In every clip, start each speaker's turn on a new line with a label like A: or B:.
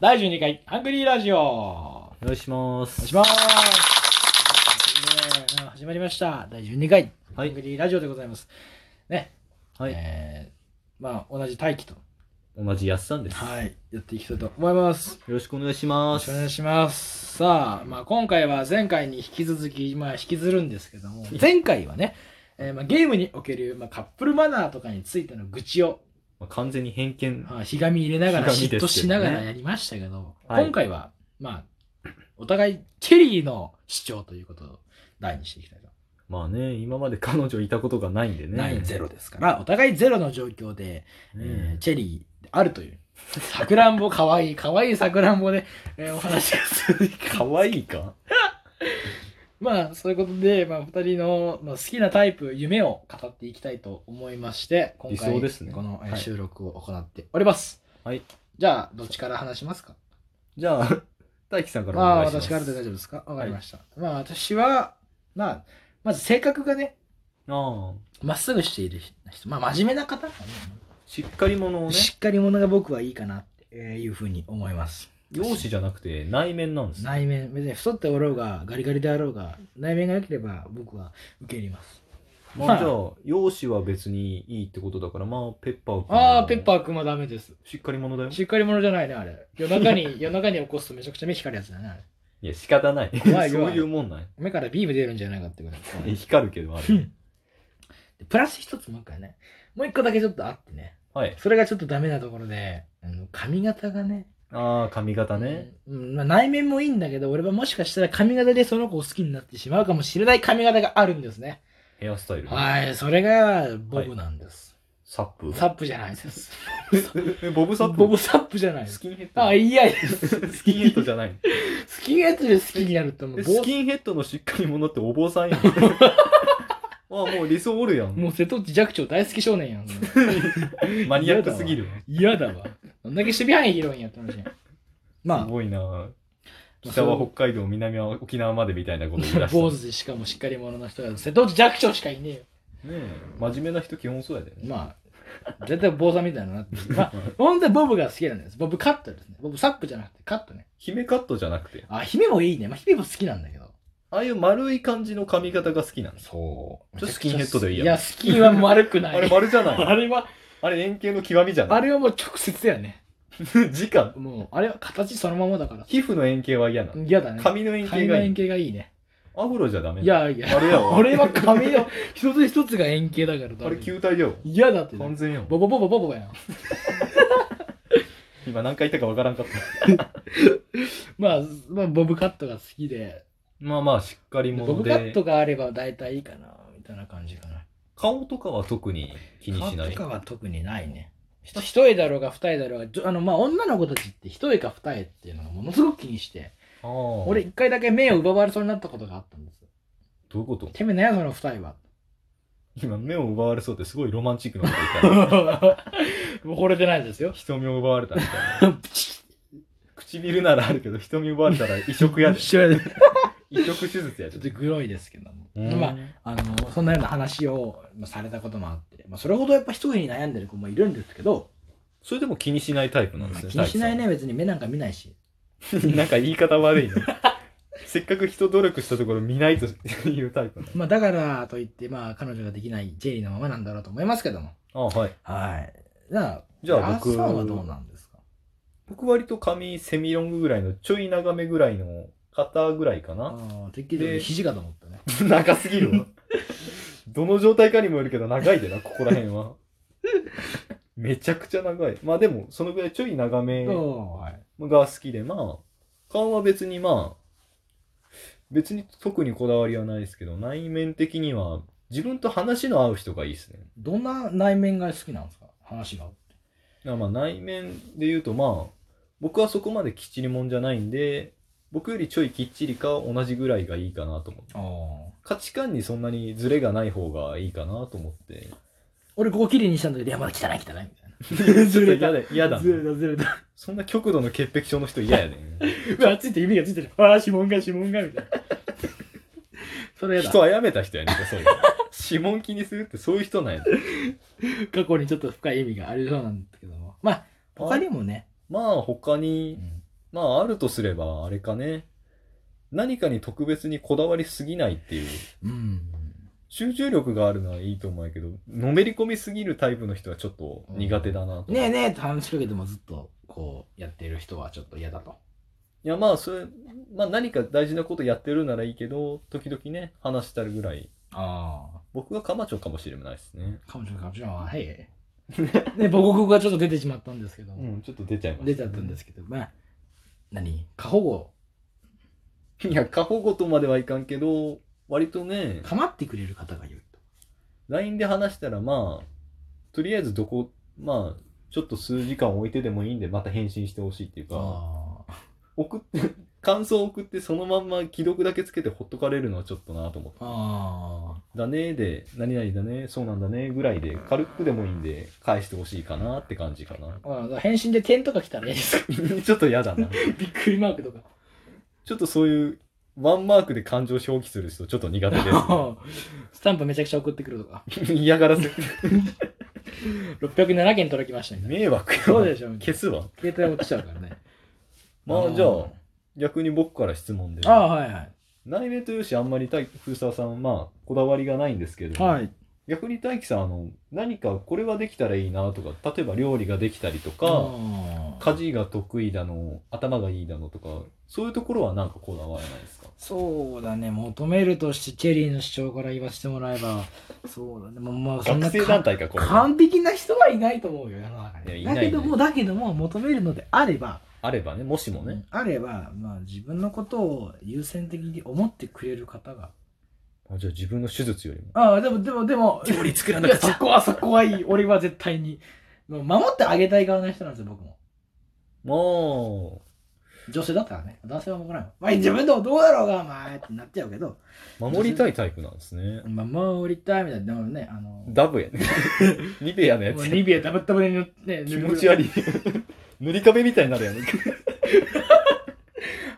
A: 第12回ハングリーラジオお
B: よろしくお願いし
A: 願
B: ま
A: いし
B: す。
A: ます、ね始まりました第12回、
B: はい
A: ハングリーラジオでございますね
B: はい。
A: えーまあ同じ待機と
B: 同じやっさんです。よ
A: はいやっていきたいと思います
B: ろしくお願いし
A: よろ
B: ま
A: し
B: す
A: くお。願いしますさあ、まあ、今回は前回に引き続き、まあ、引きずるんですけど も前回はね、えーまあ、ゲームにおける、まあ、カップルマナーとかについての愚痴を
B: まあ完全に偏見。
A: まあひがみ入れながら、
B: ひがみ
A: 嫉
B: ですけ
A: 妬し
B: どね
A: ながらやりましたけど、
B: はい
A: 今回は、まあ、お互い、チェリーの主張ということを題にしていきたいと。
B: まあね、今まで彼女いたことがないんでね。
A: ないゼロですから、お互いゼロの状況で、えー
B: ね
A: チェリーであるという。さくらんぼかわいい、かわいいさくらんぼで、えーお話がする。
B: え。かわいいか
A: まあ、そういうことで、まあ、二人の、まあ、好きなタイプ、夢を語っていきたいと思いまして、今回、
B: 理想ですね
A: この、えー
B: はい
A: 収録を行っております。
B: はい。
A: じゃあ、どっちから話しますか
B: じ ゃあ、大輝さんからお
A: まあ
B: 願いし
A: 私か
B: ます。
A: らで
B: あ
A: 大丈夫ですかわかりました。まあ私は、まあ、まず性格がね、
B: あ
A: まっすぐしている人、まあ真面目な方か
B: しっかり者を
A: な
B: ね、
A: しっかり者が僕はいいかなっていうふうに思います。
B: 容姿じゃなくて内面なんですね。
A: 内面、別に太っておろうが、ガリガリであろうが、内面が良ければ僕は受け入れます。
B: まあじゃあ、容姿は別にいいってことだから、まあ、ペッパー君
A: ああ、ペッ
B: ー。
A: パーくんはダメです。
B: しっかり者だよ。
A: しっかり者じゃないね、あれ。夜中に、 夜中に起こすとめちゃくちゃ目光るやつだね、あれ。
B: いや、仕方ない。
A: 怖い
B: そういうもんない。
A: 目からビーム出るんじゃないかってぐらい。
B: え光るけど、あ
A: う
B: れ。
A: んでプラス一つもう一回ね、もう一個だけちょっとあってね。
B: はい。
A: それがちょっとダメなところで、あの髪型がね、
B: ああ、髪型ね。
A: うんまあ、内面もいいんだけど、俺はもしかしたら髪型でその子を好きになってしまうかもしれない髪型があるんですね。
B: ヘアスタイル。
A: はい、それが僕なんです。
B: サップ。
A: サップじゃないです。
B: ええボブサップ
A: ボブサップじゃないです
B: ス。キンヘッド
A: あ、いやいや、ス
B: スキンヘッド
A: ゃ
B: じ ゃない
A: スキンヘッドで好きになるともう
B: え
A: ぼ
B: ス
A: う、
B: キンヘッドのしっかり者ってお坊さんやん あもう理想おるやん
A: もう瀬戸内寂聴大好き少年やん。
B: マニアックすぎるわ
A: 嫌だわ。どんだけ守備範囲広いんやって話やん。まあ
B: す、ごいな北は北海道南は沖縄までみたいなこと言い出した
A: 坊主でしかもしっかり者の人が瀬戸内寂聴しかいねえよ。
B: ねえ真面目な人基本そうやで、ね
A: まあ、絶対坊さんみたいなのなって。まあ、本当にボブが好きなんです。ボブカットですね。ボブサップじゃなくてカットね。
B: 姫カットじゃなくて
A: あ、姫もいいね。まあ、姫も好きなんだけど。
B: ああいう丸い感じの髪型が好きなんです
A: そう
B: ちょっとスキンヘッドでいいや
A: い
B: ん
A: や、スキンは丸くない。
B: あれ丸じゃない
A: あれは、
B: あれ円形の極みじゃな
A: あ
B: い
A: れはもう直接やね。
B: 時間
A: もう、あれは形そのままだから。
B: 皮膚の円形は嫌なの
A: 嫌だね。
B: 髪の円形
A: 髪
B: が
A: の
B: い
A: 円
B: い
A: 形がいいね。
B: アフロじゃダメ
A: いやいや、
B: あれやわ
A: 俺は髪の一つ一つが円形だから
B: あ
A: ダメ
B: れ球体だよ
A: 嫌だってね。
B: 完全やん
A: ボボボボボボやん。
B: 今何回言ったかわからんかった
A: まあ、まあ、ボブカットが好きで。
B: まあまあしっかり
A: ボ
B: 者
A: ブ
B: で
A: カットがあれば大体いいかな、みたいな感じかな。
B: 顔とかは特に気にしない
A: とかは特にないね。ひと一重だろうが二重だろうがじょ、あの、まあ、女の子たちって一重か二重っていうのがものすごく気にして、
B: ああ
A: 俺一回だけ目を奪われそうになったことがあったんです。
B: どういうこと
A: てめえなやその二重 は。
B: 今目を奪われそうってすごいロマンチックなこと言ったね
A: もう惚れてない ですよ。
B: 瞳を奪われたみたいな唇ならあるけど瞳奪われたら移植やで
A: 一緒やで。ち
B: 移植手術やで
A: ょっとグロいですけども。
B: うん
A: まあ、あの、そんなような話をまあされたこともあって、まあ、それほどやっぱ一重に悩んでる子もいるんですけど、
B: それでも気にしないタイプなんですね
A: 気にしないね、別に目なんか見ないし。
B: 大地さん なんか言い方悪いねせっかく人努力したところ見ないというタイプなの
A: まあ、だからといって、まあ、彼女ができないジェリーのままなんだろうと思いますけども。
B: あはい
A: はい。じゃあ、
B: じゃあ
A: ラ
B: 僕
A: ッサンはどうなんですか
B: 僕割と髪セミロングぐらいのちょい長めぐらいの肩ぐらいか
A: あ
B: な
A: あ、てっきり
B: で
A: 肘かと思ったね。
B: 長すぎるわ。どの状態かにもよるけど、長いでな、ここら辺は。めちゃくちゃ長い。まあでも、そのぐらいちょい長めが
A: おーはい。
B: 好きで、まあ、顔は別にまあ、別に特にこだわりはないですけど、内面的には、自分と話の合う人がいいですね。
A: どんな内面が好きなんですか話が。
B: だからまあ内面で言うとまあ、僕はそこまできっちりもんじゃないんで、僕よりちょいきっちりか同じぐらいがいいかなと思って。
A: ああ。
B: 価値観にそんなにズレがない方がいいかなと思って。
A: 俺ここ綺麗にしたんだけど、いや、まだ汚い汚いみたい な。
B: ちょ
A: ず
B: っと
A: れた。
B: 嫌だ、嫌だ。
A: ずれた、ずれた。
B: そんな極度の潔癖症の人嫌やね。
A: うわ、ついて指がついてる。ああ、指紋が指紋が、みたいな。 それやだ。
B: 人あやめた人やねんか、そういう。指紋気にするってそういう人なんやね。
A: 過去にちょっと深い意味がありそうなんですけども。まあ、他にもね。
B: まあ他に、まあ、あるとすれば、あれかね。何かに特別にこだわりすぎないっていう。
A: うん。
B: 集中力があるのはいいと思うけど、のめり込みすぎるタイプの人はちょっと苦手だなと。
A: ねえねえって話しかけてもずっとこうやってる人はちょっと嫌だと。
B: いや、まあ、それ、まあ何か大事なことやってるならいいけど、時々ね、話したるぐらい。
A: ああ。
B: 僕がカマチョかもしれないですね。
A: かもしれないかもしれない。はい。 ね、母国語がちょっと出てしまったんですけど、
B: うん、ちょっと出ちゃいました、
A: 出ちゃったんですけど、まあ、何過保護、
B: す。いや、過保護とまではいかんけど、割とね、
A: 構ってくれる方がいると。
B: LINE で話したら、まあ、とりあえずどこ、まあ、ちょっと数時間置いてでもいいんで、また返信してほしいっていうか、
A: ああ。
B: 送って、感想送ってそのまんま既読だけつけてほっとかれるのはちょっとなと思って。
A: ああ。
B: だねーで、何々だね、そうなんだね、ぐらいで、軽くでもいいんで、返してほしいかなって感じかな。
A: ああ返信で点とか来たらいいですか
B: ちょっと嫌だな。
A: びっくりマークとか。
B: ちょっとそういう、ワンマークで感情表記する人、ちょっと苦手です、
A: スタンプめちゃくちゃ送ってくるとか。
B: 嫌がらせ。
A: 607件届きましたみたいな。
B: 迷惑よ。
A: そうでしょみたい
B: 消
A: な
B: すわ。
A: 携帯落ちちゃう からね。
B: まあ、じゃあ、逆に僕から質問で。
A: ああ、はいはい。
B: 内面というし、あんまり大風沢さん、まあ、こだわりがないんですけど、
A: はい。
B: 逆に大輝さん、あの、何かこれはできたらいいなとか、例えば料理ができたりとか、
A: ああ
B: 家事が得意だの、頭がいいだのとか、そういうところはなんかこだわらないですか
A: そうだね、求めるとして、チェリーの主張から言わせてもらえば、そうだね、まあ、まあ、そん
B: 学
A: な
B: 生団体か、これ。
A: 完璧な人はいないと思うよ、世の中
B: いやい
A: に。
B: ない
A: だ
B: ね
A: けども、だけども、求めるのであれば、
B: あればね、もしもね。
A: あれば、まあ、自分のことを優先的に思ってくれる方が。
B: あじゃあ自分の手術よりも。
A: ああ、でも、でも、でも、
B: 料理作ら
A: いや、そこはそこはいい。俺は絶対に。もう守ってあげたい側の人なんですよ、僕も。
B: も
A: 女性だったらね、男性は守らない。まあ、自分でもどうだろうが、まあ、ってなっちゃうけど、
B: う、守りたいタイプなんですね。
A: 守りたいみたいな。でもね、あの、
B: ダブや ね。リベアのや
A: も
B: つ
A: う
B: や。
A: リビアダブダブで塗って、ね、
B: 気持ち悪
A: い。
B: い。塗り壁みたいになるやん。へ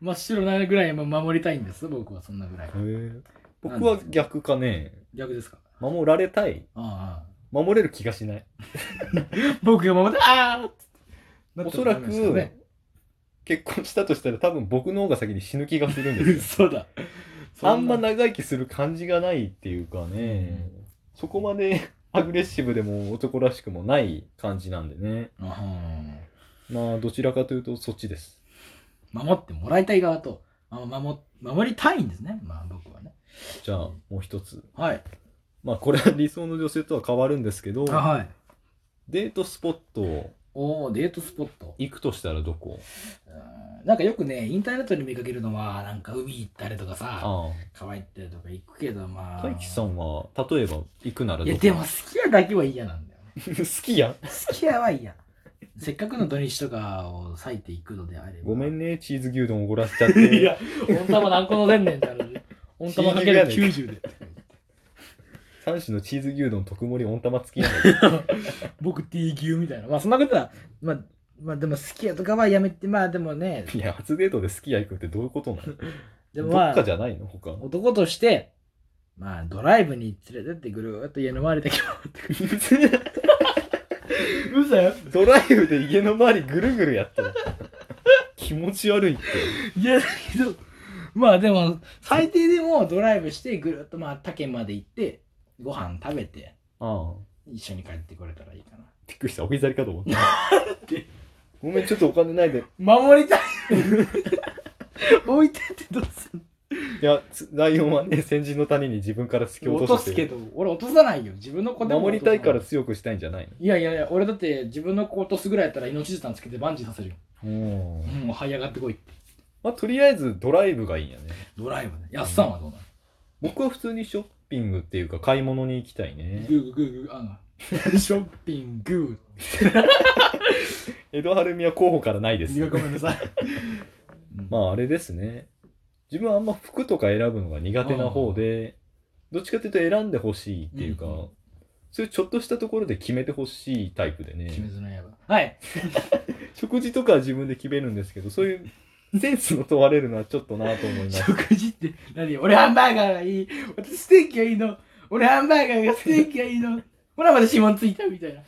A: 真っ白なぐらいもう守りたいんです、僕はそんなぐらい。
B: え僕は逆かね。
A: 逆ですか
B: 守られたい。
A: あ
B: 守れる気がしない。
A: あ。僕が守って、ああ
B: おそらく、 結婚したとしたら多分僕の方が先に死ぬ気がするんです
A: 嘘だ。
B: よ。あんま長生きする感じがないっていうかね。そこまで アグレッシブでも男らしくもない感じなんでね。
A: あは
B: まあどちらかというとそっちです。
A: ー守ってもらいたい側と、あ守守りたいんですね、まあ僕はね。
B: じゃあもう一つ。
A: はい。
B: まあこれは理想の女性とは変わるんですけど、
A: あはい。
B: デートスポット
A: おおデートスポット。
B: 行くとしたらどこ
A: うんなんかよくね、インターネットに見かけるのは、なんか海行ったりとかさ、
B: あ
A: 川行ったりとか行くけど、ま
B: あ。
A: あ。
B: 大輝さんは、例えば行くならど
A: い
B: こ
A: や、でも、好きやだけは嫌なんだよね。
B: 好きやん。
A: 好きやは嫌。せっかくの土日とかを割いていくのであれば。
B: ごめんね、チーズ牛丼おごらせちゃっ て。
A: いや、温玉何個のせんねんってあるね。温玉かける90で。
B: 三種のチーズ牛丼特盛り温玉付きやん。
A: 僕 D 級みたいな。まあそんなことは、まあ、まあでも好きやとかはやめて、まあでもね、
B: いや、初デートで好きや行くってどういうことなの
A: でも
B: ど
A: ま
B: っか
A: あ
B: じ、ゃないの他。
A: 男として、まあドライブに連れてってぐるーっと家の周りだけ回ってくる。嘘よ。
B: ドライブで家の周りぐるぐるやっ てる。気持ち悪いって。
A: いやだけど、まあでも、最低でもドライブしてぐるーっとまあ他県まで行って、ご飯食べて、
B: ああ。
A: 一緒に帰ってこれたらいいかな。
B: びっくりした。お膝りかと思った。ごめん、ちょっとお金ないで。
A: 守りたい 置いてってどうすん
B: いや、つライオンはね、先人の谷に自分から突き
A: の
B: 落
A: 落
B: と
A: と
B: して
A: す
B: る
A: けど俺落とさないよ自分の子でも
B: 守りたいから
A: 落とさ
B: 強くしたいんじゃな
A: な
B: い
A: いいやいやいや俺だって自分の子落とすぐらいやったら命綱つけてバンジーさせるよ
B: の
A: もう這い上がってこいって
B: まあとりあえずドライブがいいんやね
A: ドライブねやっさんはどうなの
B: 僕は普通にショッピングっていうか買い物に行きたいね
A: グーグーグーグーあの ショッピング
B: 江戸晴美は候補からないです
A: ーごめんなさい
B: まああれですね自分はあんま服とか選ぶのが苦手な方でどっちかというと選んでほしいっていうか、
A: うんうん
B: そういうちょっとしたところで決めてほしいタイプで
A: 鬼
B: ね
A: 滅の刃はい
B: 食事とかは自分で決めるんですけどそういうセンスの問われるのはちょっとなと思い ます
A: 食事って何俺ハンバーガーがいい私ステーキがいいの俺ハンバーガーがステーキがいいのほらまた指紋ついたみたいな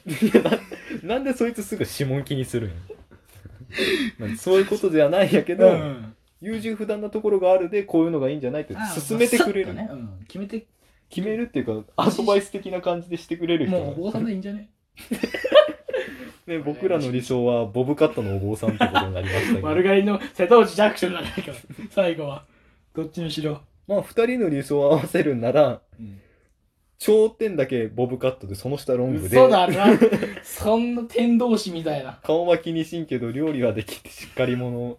B: なんでそいつすぐ指紋気にするん まあそういうことではないんやけ
A: う
B: ど、
A: ん、
B: 優柔不断なところがあるで、こういうのがいいんじゃないって
A: あ
B: 進めてくれる。
A: まあさっとね、うん、決めて
B: 決めるっていうか、アドバイス的な感じでしてくれる人
A: もうお
B: が。
A: 坊さんでいいんじゃね
B: ね、僕らの理想は、ボブカットのお坊さんってことになりました けど。
A: 丸刈りの瀬戸内ジャクションじゃないから最後はどっちにしろ、
B: まあ、二人の理想を合わせるなら、頂点だけボブカットで、その下ロングで。
A: 嘘だなそんな天童師みたいな
B: 顔は気にしんけど、料理はできてしっかり者。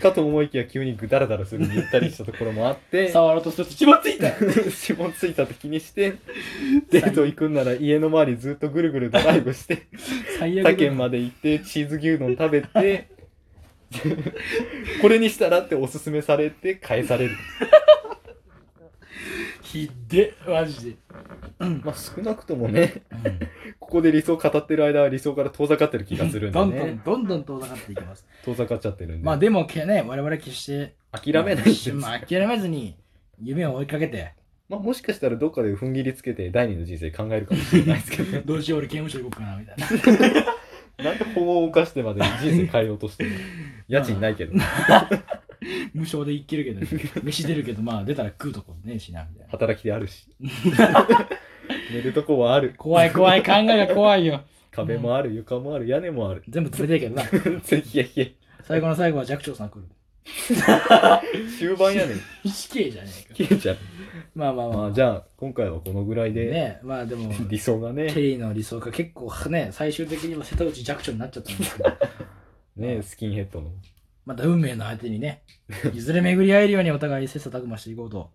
B: かと思いきや急にぐだらだらするにゆったりしたところもあって、
A: 触ろうとすると血もついたよ
B: 指紋ついたと気にして、デート行くんなら家の周りずっとぐるぐるドライブして、
A: 最悪だ
B: 他県まで行ってチーズ牛丼食べて これにしたらっておすすめされて返される
A: ひっでマジで、
B: まあ少なくともねここで理想語ってる間は理想から遠ざかってる気がするん
A: ど
B: で
A: んどん
B: ね
A: どんどん遠ざかっていきます
B: 遠ざかっちゃってるんで、
A: まあでもけね我々決して
B: 諦めないんです、
A: まあ諦めずに夢を追いかけて
B: まあ、もしかしたらどっかで踏ん切りつけて第二の人生考えるかもしれないですけ どね
A: どうしよう俺刑務所行こうかなみたいな
B: なんで法を犯してまで人生変えようとしてるの家賃ないけど
A: 無償で生きるけど、飯出るけどまあ出たら食うとこねえしなみたいな
B: 働きであ るし寝るとこはある
A: 怖い怖い考えが怖いよ
B: 壁もある床もある屋根もある
A: 全部連れてえけどない
B: やいや
A: 最後の最後は寂聴さん来る
B: 終盤 やねん
A: 死刑じゃねえか
B: 消えちゃう
A: まあまあま
B: ま
A: あ
B: あじゃあ今回はこのぐらいで、
A: ねまあでも
B: 理想が
A: ケ
B: ね
A: リーの理想が結構ね最終的には瀬戸内寂聴になっちゃったんですけど
B: ねスキンヘッドの
A: また運命の相手にね、 いずれ巡り合えるようにお互い切磋琢磨していこうと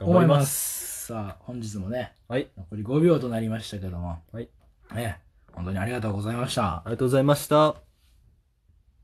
A: 思います。さあ、本日もね、
B: はい
A: 残り5秒となりましたけども、
B: はい
A: ね、本当にありがとうございました
B: あ。りがとうございました